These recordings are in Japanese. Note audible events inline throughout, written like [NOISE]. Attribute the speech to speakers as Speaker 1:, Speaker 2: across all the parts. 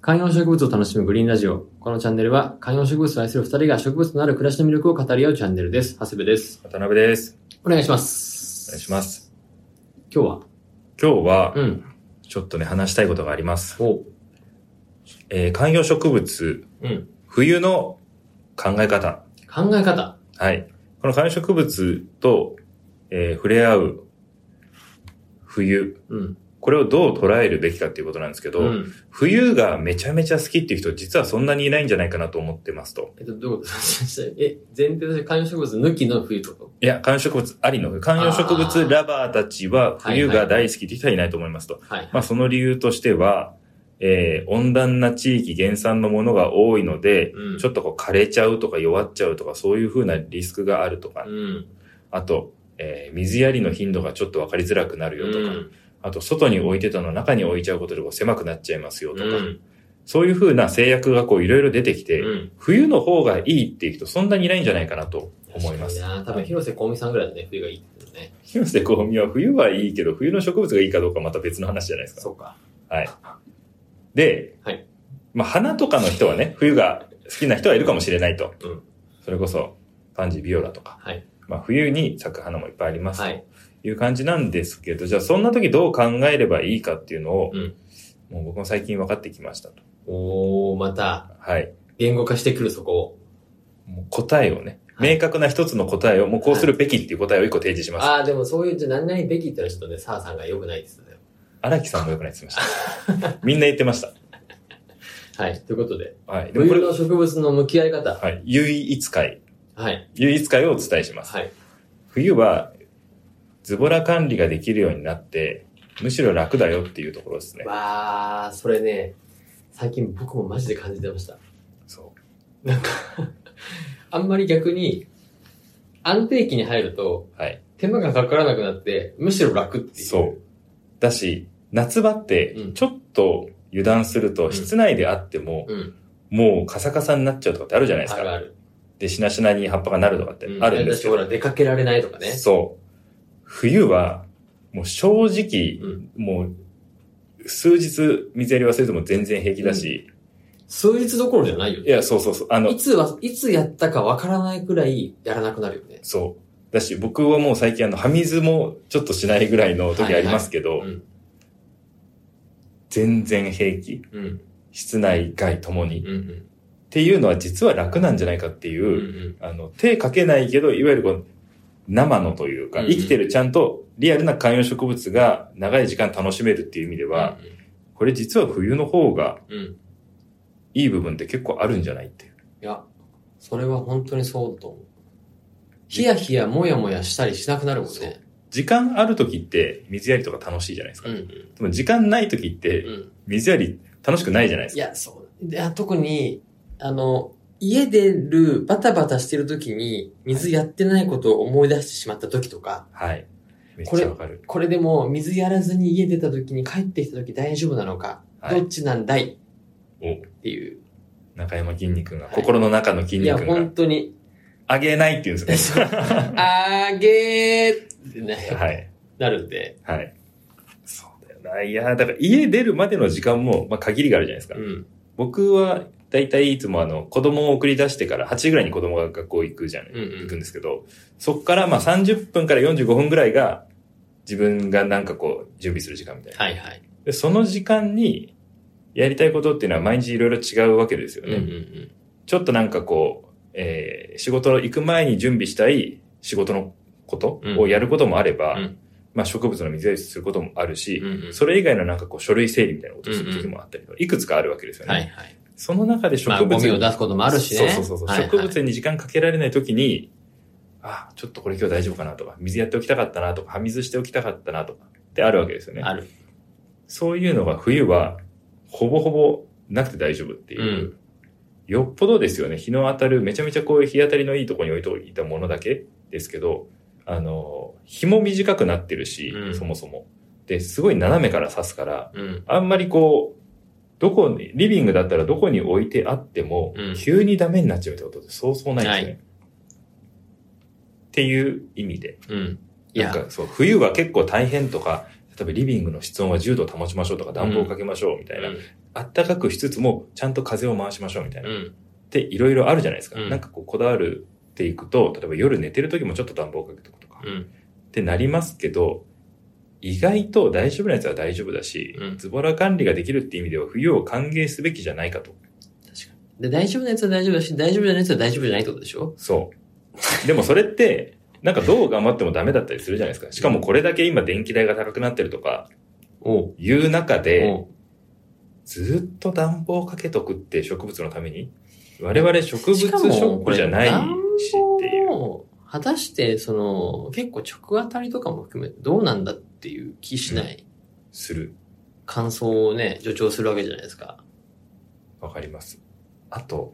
Speaker 1: 観葉植物を楽しむグリーンラジオ。このチャンネルは観葉植物を愛する二人が植物のある暮らしの魅力を語り合うチャンネルです。長谷部です。
Speaker 2: 渡辺です。
Speaker 1: お願いしま
Speaker 2: お
Speaker 1: す。
Speaker 2: 願いします。
Speaker 1: 今日は
Speaker 2: 今日は
Speaker 1: う、ん。
Speaker 2: ちょっとね、話したいことがあります。
Speaker 1: おう。
Speaker 2: えー観葉植物、
Speaker 1: うん。
Speaker 2: 冬の考え方。
Speaker 1: 考え方。
Speaker 2: はい。この観葉植物と、えー触れ合う冬。
Speaker 1: うん。
Speaker 2: これをどう捉えるべきかっていうことなんですけど、
Speaker 1: うん。
Speaker 2: 冬がめちゃめちゃ好きっていう人、実はそんなにいないんじゃないかなと思ってますと。
Speaker 1: えっと、どういうこと [LAUGHS] え、前提として観葉植物抜きの冬ってこ
Speaker 2: いや、観葉植物ありの冬。観葉植
Speaker 1: あー
Speaker 2: 物ラバーたちは
Speaker 1: はい
Speaker 2: 冬
Speaker 1: はい
Speaker 2: が大好きっていう人はいないと思いますと。
Speaker 1: とはい。
Speaker 2: まあ、その理由としては、えー温暖な地域原産のものが多いので、
Speaker 1: うん
Speaker 2: ちょっとこう枯れちゃうとか弱っちゃうとか、そういうふうなリスクがあるとか、
Speaker 1: うん。
Speaker 2: あと、えー水やりの頻度がちょっと分かりづらくなるよとか、
Speaker 1: うん。
Speaker 2: あと外に置いてたのを中に置いちゃうことでこう狭くなっちゃいますよとか、
Speaker 1: うん。
Speaker 2: そういうふうな制約がこういろいろ出てきて、
Speaker 1: うん。
Speaker 2: 冬の方がいいっていう人そんなにいないんじゃないかなと思います [LAUGHS]
Speaker 1: 確。かにな多分、広瀬香美さんぐらいだね、冬がいいって言うのね。
Speaker 2: 広瀬香美は冬はいいけど、冬の植物がいいかどうかまた別の話じゃないですか。
Speaker 1: うか。
Speaker 2: で、
Speaker 1: はい
Speaker 2: まあ、花とかの人はね、冬が好きな人はいるかもしれないと。
Speaker 1: うん
Speaker 2: それこそ、パンジー、ビオラとか、
Speaker 1: はい。
Speaker 2: まあ、冬に咲く花もいっぱいあります
Speaker 1: はい。
Speaker 2: という感じなんですけど、じゃあそんな時どう考えればいいかっていうのを、
Speaker 1: うん
Speaker 2: もう僕も最近分かってきましたと。
Speaker 1: おー、また、
Speaker 2: はい。
Speaker 1: 言語化してくるそこを。
Speaker 2: もう答えをね、
Speaker 1: はい
Speaker 2: 明確な一つの答えを、もうこうするべきっていう答えを一個提示します。
Speaker 1: あー、でもそういう、じゃあ何々べきってのはちょっとね、澤さんが良くないですよ。
Speaker 2: 荒木さんもよくないって言って
Speaker 1: [LAUGHS]
Speaker 2: ました。みんな言ってました。
Speaker 1: はい。ということで、
Speaker 2: はい。でもこ
Speaker 1: 冬
Speaker 2: れ、
Speaker 1: の植物の向き合い方。
Speaker 2: はい。唯一会、
Speaker 1: はい。
Speaker 2: 唯一会をお伝えします。
Speaker 1: はい。
Speaker 2: 冬はズボラ管理ができるようになってむしろ楽だよっていうところですね。
Speaker 1: わあ、それね、最近僕もマジで感じてました。
Speaker 2: そう
Speaker 1: なんか、 [LAUGHS] あんまり逆に、安定期に入ると、
Speaker 2: はい
Speaker 1: 手間がかからなくなって、むしろ楽っていう。
Speaker 2: そうだし夏場って
Speaker 1: うん
Speaker 2: ちょっと油断する
Speaker 1: う
Speaker 2: と
Speaker 1: ん
Speaker 2: 室内であっても
Speaker 1: うん。
Speaker 2: もうカサカサになっちゃうとかってあるじゃないです
Speaker 1: ある
Speaker 2: か。
Speaker 1: ある。
Speaker 2: でしなしなに葉っぱがなるとかって
Speaker 1: う
Speaker 2: あるんです
Speaker 1: だし
Speaker 2: け
Speaker 1: ほ
Speaker 2: ど、
Speaker 1: ら、出かけられないとかね。
Speaker 2: そう冬はもう正直
Speaker 1: うん
Speaker 2: もう数日水やり忘れても全然平気だし、
Speaker 1: 数日どころじゃないよ
Speaker 2: い
Speaker 1: ね。
Speaker 2: やそうそうそうあの
Speaker 1: いつは、いつやったかわからないくらいやらなくなるよね。
Speaker 2: そう。だし、僕はもう最近あの、歯水もちょっとしないぐらいの時ありますけど、
Speaker 1: うん。
Speaker 2: 全然平気。
Speaker 1: うん。
Speaker 2: 室内外ともに。っ
Speaker 1: うん。うん
Speaker 2: ていうのは実は楽なんじゃないかってい。
Speaker 1: うんうん。
Speaker 2: う、あの、手かけないけど、いわゆるこう、生のというか、
Speaker 1: うん
Speaker 2: 生きてるちゃんとリアルな観葉植物が長い時間楽しめるっていう意味では、これ実は冬の方が
Speaker 1: うん。うん。
Speaker 2: いい部分って結構あるんじゃないっていう。
Speaker 1: いや、それは本当にそうだと思う。ヒヤヒヤもやもやしたりしなくなるもんね。
Speaker 2: 時間ある時って水やりとか楽しいじゃないですか。
Speaker 1: うん
Speaker 2: でも時間ない時っ
Speaker 1: うん。
Speaker 2: て
Speaker 1: うん。
Speaker 2: 水やり楽しくないじゃないです
Speaker 1: い
Speaker 2: か。
Speaker 1: や、そう。いや、特に、あの、家出る、バタバタしてる時に、水やってないことを思い出してしまった時とか、
Speaker 2: はい。めっ
Speaker 1: こ
Speaker 2: ち
Speaker 1: れ
Speaker 2: ゃわかる。
Speaker 1: これでも水やらずに家出た時に帰ってきた時大丈夫なのか、
Speaker 2: はい
Speaker 1: どっちなんだい
Speaker 2: お
Speaker 1: っていう。
Speaker 2: 中山筋肉が、
Speaker 1: はい
Speaker 2: 心の中の筋
Speaker 1: いや、
Speaker 2: 肉
Speaker 1: 本
Speaker 2: が、
Speaker 1: 当に、
Speaker 2: あげないって言うんですね。
Speaker 1: あげーってね、
Speaker 2: [LAUGHS] はい。
Speaker 1: なるんで。
Speaker 2: はい。そうだよな。いや、だから家出るまでの時間も、まあ、限りがあるじゃないですか。
Speaker 1: うん。
Speaker 2: 僕は、だいたいいつもあの、子供を送り出してから、8時ぐらいに子供が学校行くじゃない、
Speaker 1: うんうん
Speaker 2: 行くんですけど、そっからまあ30分から45分ぐらいが、自分がなんかこう、準備する時間みたいな。
Speaker 1: はいはい。
Speaker 2: で、その時間に、やりたいことっていうのは毎日いろいろ違うわけですよ
Speaker 1: うん
Speaker 2: ね。
Speaker 1: うんうん。
Speaker 2: ちょっとなんかこう、えー仕事の行く前に準備したい仕事のこと
Speaker 1: うん
Speaker 2: をやることもあれば、
Speaker 1: うん
Speaker 2: まあ植物の水やりすることもあるし、
Speaker 1: うんうん
Speaker 2: それ以外のなんかこう書類整理みたいなことをする時もあったりとか、いくつかあるわけですよね。
Speaker 1: はいはい。
Speaker 2: その中で植
Speaker 1: まあ、
Speaker 2: 物
Speaker 1: ゴミを
Speaker 2: に、
Speaker 1: 出すこともあるしね。
Speaker 2: そうそうそうそう、
Speaker 1: はいはい
Speaker 2: 植物に時間かけられない時に、あ、ちょっとこれ今日大丈夫かなとか、水やっておきたかったなとか、葉水しておきたかったなとかってあるわけですよね。
Speaker 1: ある。
Speaker 2: そういうのが冬はほぼほぼなくて大丈夫っていう。
Speaker 1: うん
Speaker 2: よっぽどですよね。日の当たる、めちゃめちゃこういう日当たりのいいところに置いておいたものだけですけど、あの、日も短くなってるし、
Speaker 1: うん
Speaker 2: そもそも。で、すごい斜めから刺すから、
Speaker 1: うん。
Speaker 2: あんまりこう、どこに、リビングだったらどこに置いてあっても、
Speaker 1: うん
Speaker 2: 急にダメになっちゃうってことってそうそうないですね。
Speaker 1: ない
Speaker 2: っていう意味で。
Speaker 1: うん。い
Speaker 2: なん
Speaker 1: や、
Speaker 2: かそう、冬は結構大変とか、例えばリビングの室温は10度保ちましょうとか暖房かけましょうみたいな、
Speaker 1: うん
Speaker 2: あったかくしつつも、ちゃんと風を回しましょうみたいな。
Speaker 1: う
Speaker 2: っ
Speaker 1: ん。
Speaker 2: ていろいろあるじゃないですか。
Speaker 1: うん
Speaker 2: なんかこう、こだわるっていくと、例えば夜寝てる時もちょっと暖房かけとくとか、
Speaker 1: う
Speaker 2: っ
Speaker 1: ん。
Speaker 2: てなりますけど、意外と大丈夫なやつは大丈夫だし、
Speaker 1: うん
Speaker 2: ズボラ管理ができるって意味では冬を歓迎すべきじゃないかと。
Speaker 1: で、大丈夫なやつは大丈夫だし、大丈夫じゃないやつは大丈夫じゃないってことでしょ
Speaker 2: そう。 [LAUGHS] でもそれって、なんかどう頑張ってもダメだったりするじゃないですか。しかもこれだけ今電気代が高くなってるとか
Speaker 1: おう。
Speaker 2: いう中で、
Speaker 1: おう
Speaker 2: ずっと暖房かけとくって植物のために、我々植物シ
Speaker 1: しか
Speaker 2: ョ
Speaker 1: も
Speaker 2: ックじゃないしっていう。
Speaker 1: もう果たして、その、結構直当たりとかも含めてどうなんだっていう気しない
Speaker 2: する。
Speaker 1: 感想をね、助長するわけじゃないですか。
Speaker 2: わかります。あと、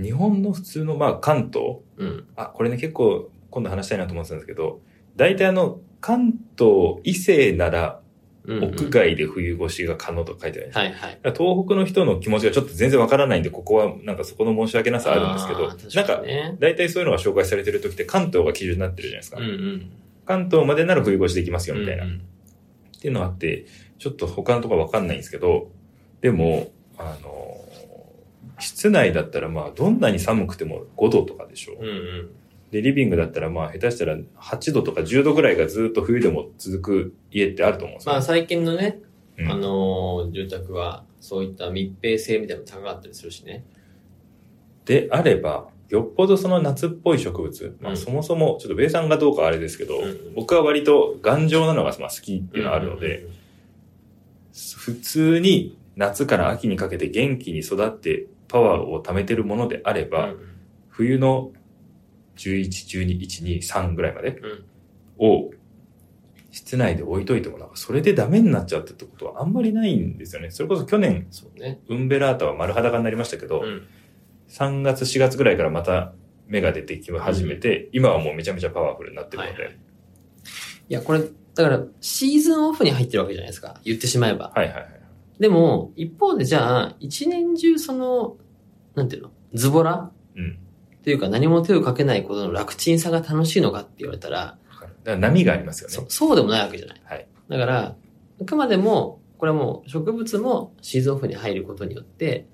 Speaker 2: 日本の普通の、まあ関東。
Speaker 1: うん。
Speaker 2: あ、これね結構今度話したいなと思ってたんですけど、大体あの、関東以西なら
Speaker 1: うん、うん。
Speaker 2: 屋外で冬越しが可能と書いてあるんですよ
Speaker 1: はいはい。
Speaker 2: だから東北の人の気持ちがちょっと全然わからないんで、ここはなんかそこの申し訳なさあるんですけど、
Speaker 1: あー
Speaker 2: なん
Speaker 1: 確か
Speaker 2: か
Speaker 1: に、ね。
Speaker 2: 大体そういうのが紹介されてる時って関東が基準になってるじゃないですか。
Speaker 1: うんうん。
Speaker 2: 関東までなら冬越しできますよみたいな。
Speaker 1: う
Speaker 2: っ
Speaker 1: ん
Speaker 2: ていうのがあって、ちょっと他のところわかんないんですけど、でも、あのー、室内だったらまあどんなに寒くても5度とかでしょ。
Speaker 1: うん。うん
Speaker 2: で、リビングだったらまあ下手したら8度とか10度ぐらいがずっと冬でも続く家ってあると思うんですよ。
Speaker 1: まあ最近のね、
Speaker 2: うん
Speaker 1: あのー住宅は、そういった密閉性みたいなのも高かったりするしね。
Speaker 2: であれば、よっぽどその夏っぽい植物、ま
Speaker 1: う
Speaker 2: あ、
Speaker 1: ん
Speaker 2: そもそも、ちょっとベイさんがどうかあれですけど、
Speaker 1: うん
Speaker 2: 僕は割と頑丈なのがまあ好きっていうのはあるので、、普通に夏から秋にかけて元気に育ってパワーを貯めてるものであれ
Speaker 1: うん
Speaker 2: ば、冬の11、12、1、2、3ぐらいまで
Speaker 1: うん
Speaker 2: を室内で置いといてもなんかそれでダメになっちゃったってことはあんまりないんですよね。それこそ去年、
Speaker 1: そうね。
Speaker 2: ウンベラータは丸裸になりましたけど、
Speaker 1: うん
Speaker 2: 3月4月ぐらいからまた芽が出てき始めて、今はもうめちゃめちゃパワフルになってるので、
Speaker 1: はいいや、これ、だから、シーズンオフに入ってるわけじゃないですか。言ってしまえば。
Speaker 2: はい、はいはいはい
Speaker 1: でも、一方でじゃあ、一年中その、なんていうのズボラ
Speaker 2: うん
Speaker 1: というか何も手をかけないことの楽ちんさが楽しいのかって言われたら、
Speaker 2: わかるだから波がありますよ
Speaker 1: そ
Speaker 2: ね
Speaker 1: そうでもないわけじゃない。
Speaker 2: はい
Speaker 1: だから、あくまでも、これはもう植物もシーズンオフに入ることによって、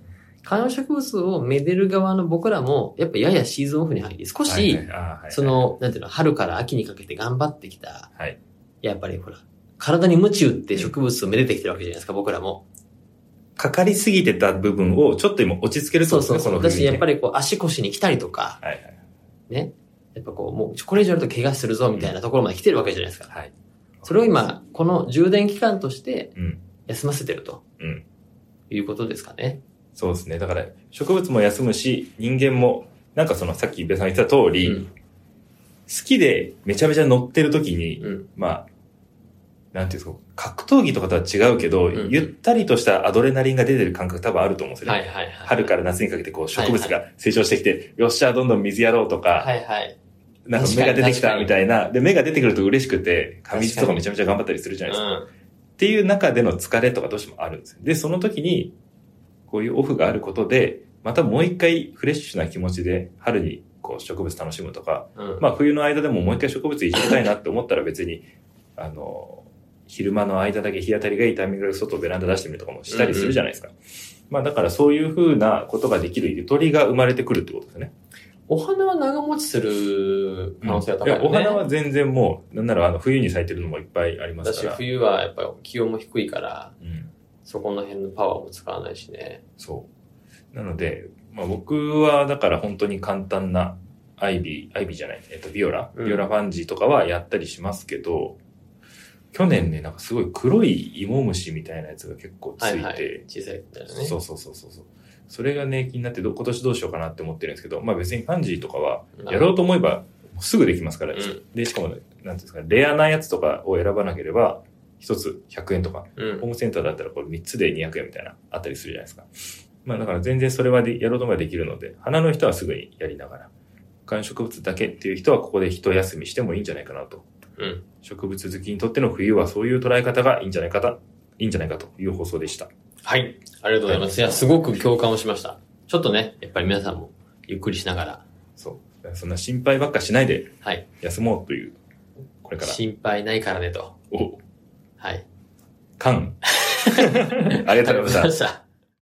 Speaker 1: 観葉植物をめでる側の僕らも、やっぱややシーズンオフに入り、少し、
Speaker 2: はいはいあーはい
Speaker 1: その、なんていうの、春から秋にかけて頑張ってきた、
Speaker 2: はい
Speaker 1: やっぱりほら、体に鞭打って植物をめでてきてるわけじゃないですか、僕らも。
Speaker 2: かかりすぎてた部分をちょっと今落ち着けるって
Speaker 1: そ
Speaker 2: こ
Speaker 1: う
Speaker 2: と
Speaker 1: そう
Speaker 2: ですね
Speaker 1: そう。だし、やっぱ
Speaker 2: り、
Speaker 1: りこう、足腰に来たりとか、
Speaker 2: はいはい
Speaker 1: ね。やっぱこう、もう、これ以上やると怪我するぞ、みたいなところまで来てるわけじゃないですか。
Speaker 2: はい、
Speaker 1: それを今、この充電期間として
Speaker 2: うん、
Speaker 1: 休ませてると。
Speaker 2: うん
Speaker 1: いうことですかね。
Speaker 2: そうですねだから植物も休むし人間もなんかそのさっきべさん言ってた通り、
Speaker 1: うん
Speaker 2: 好きでめちゃめちゃ乗ってる時に、
Speaker 1: うん。
Speaker 2: まあ、なんていうんですか、格闘技とかとは違うけど、
Speaker 1: ん
Speaker 2: ゆったりとしたアドレナリンが出てる感覚多分あると思うんですよね。
Speaker 1: はいはいはい。
Speaker 2: 春から夏にかけてこう植物が成長してきて、よっしゃ、どんどん水やろうとか、
Speaker 1: はいはい。
Speaker 2: なんか芽が出てき
Speaker 1: 確か
Speaker 2: た
Speaker 1: に
Speaker 2: みたいな、で、芽が出てくると嬉しくて、
Speaker 1: 確かに
Speaker 2: 髪質とかめちゃめちゃ頑張ったりするじ
Speaker 1: う
Speaker 2: ゃないですか。
Speaker 1: ん。
Speaker 2: っていう中での疲れとかどうしてもあるんですよ。で、その時に、こういうオフがあることで、またもう一回フレッシュな気持ちで春にこう植物楽しむとか、
Speaker 1: うん。
Speaker 2: まあ冬の間でももう一回植物いじりたいなって思ったら別に、あの、昼間の間だけ日当たりがいいタイミングで外ベランダ出してみるとかもしたりするじゃないですか。まあだからそういうふうなことができるゆとりが生まれてくるってことですね。
Speaker 1: お花は長持ちする可能性は高いよね。
Speaker 2: や、お花は全然もう、なんならあの冬に咲いてるのもいっぱいありま
Speaker 1: だ
Speaker 2: す
Speaker 1: し
Speaker 2: から。
Speaker 1: 冬はやっぱり気温も低いから、
Speaker 2: うん
Speaker 1: そこの辺のパワーも使わないしね。
Speaker 2: そう。なので、まあ僕はだから本当に簡単なアイビー、アイビーじゃない、えっと、ビオラ、
Speaker 1: うん
Speaker 2: ビオラファンジーとかはやったりしますけど、去年ね、なんかすごい黒い芋虫みたいなやつが結構つい
Speaker 1: はい
Speaker 2: て、
Speaker 1: はい。小さいみたいなね。
Speaker 2: そうそうそうそうそう。それがね、気になってど、今年どうしようかなって思ってるんですけど、まあ別にファンジーとかは、やろうと思えばすぐできますから、
Speaker 1: うん
Speaker 2: で、しかも、なんていうんですか、レアなやつとかを選ばなければ、一つ100円とか、
Speaker 1: うん。
Speaker 2: ホームセンターだったらこれ3つで200円みたいな、あったりするじゃないですか。まあだから全然それはでやろうと思えばできるので、花の人はすぐにやりながら、観植物だけっていう人はここで一休みしてもいいんじゃないかなと。
Speaker 1: うん
Speaker 2: 植物好きにとっての冬はそういう捉え方がいいんじゃないかと、いいんじゃないかという放送でした。
Speaker 1: はい。ありがとうございます。いや、すごく共感をしました。ちょっとね、やっぱり皆さんもゆっくりしながら、
Speaker 2: そう。そんな心配ばっかしないで
Speaker 1: はい。
Speaker 2: 休もうという、これから、
Speaker 1: 心配ないからねと。
Speaker 2: お、
Speaker 1: はい。
Speaker 2: かん。ありがとうございました。
Speaker 1: した。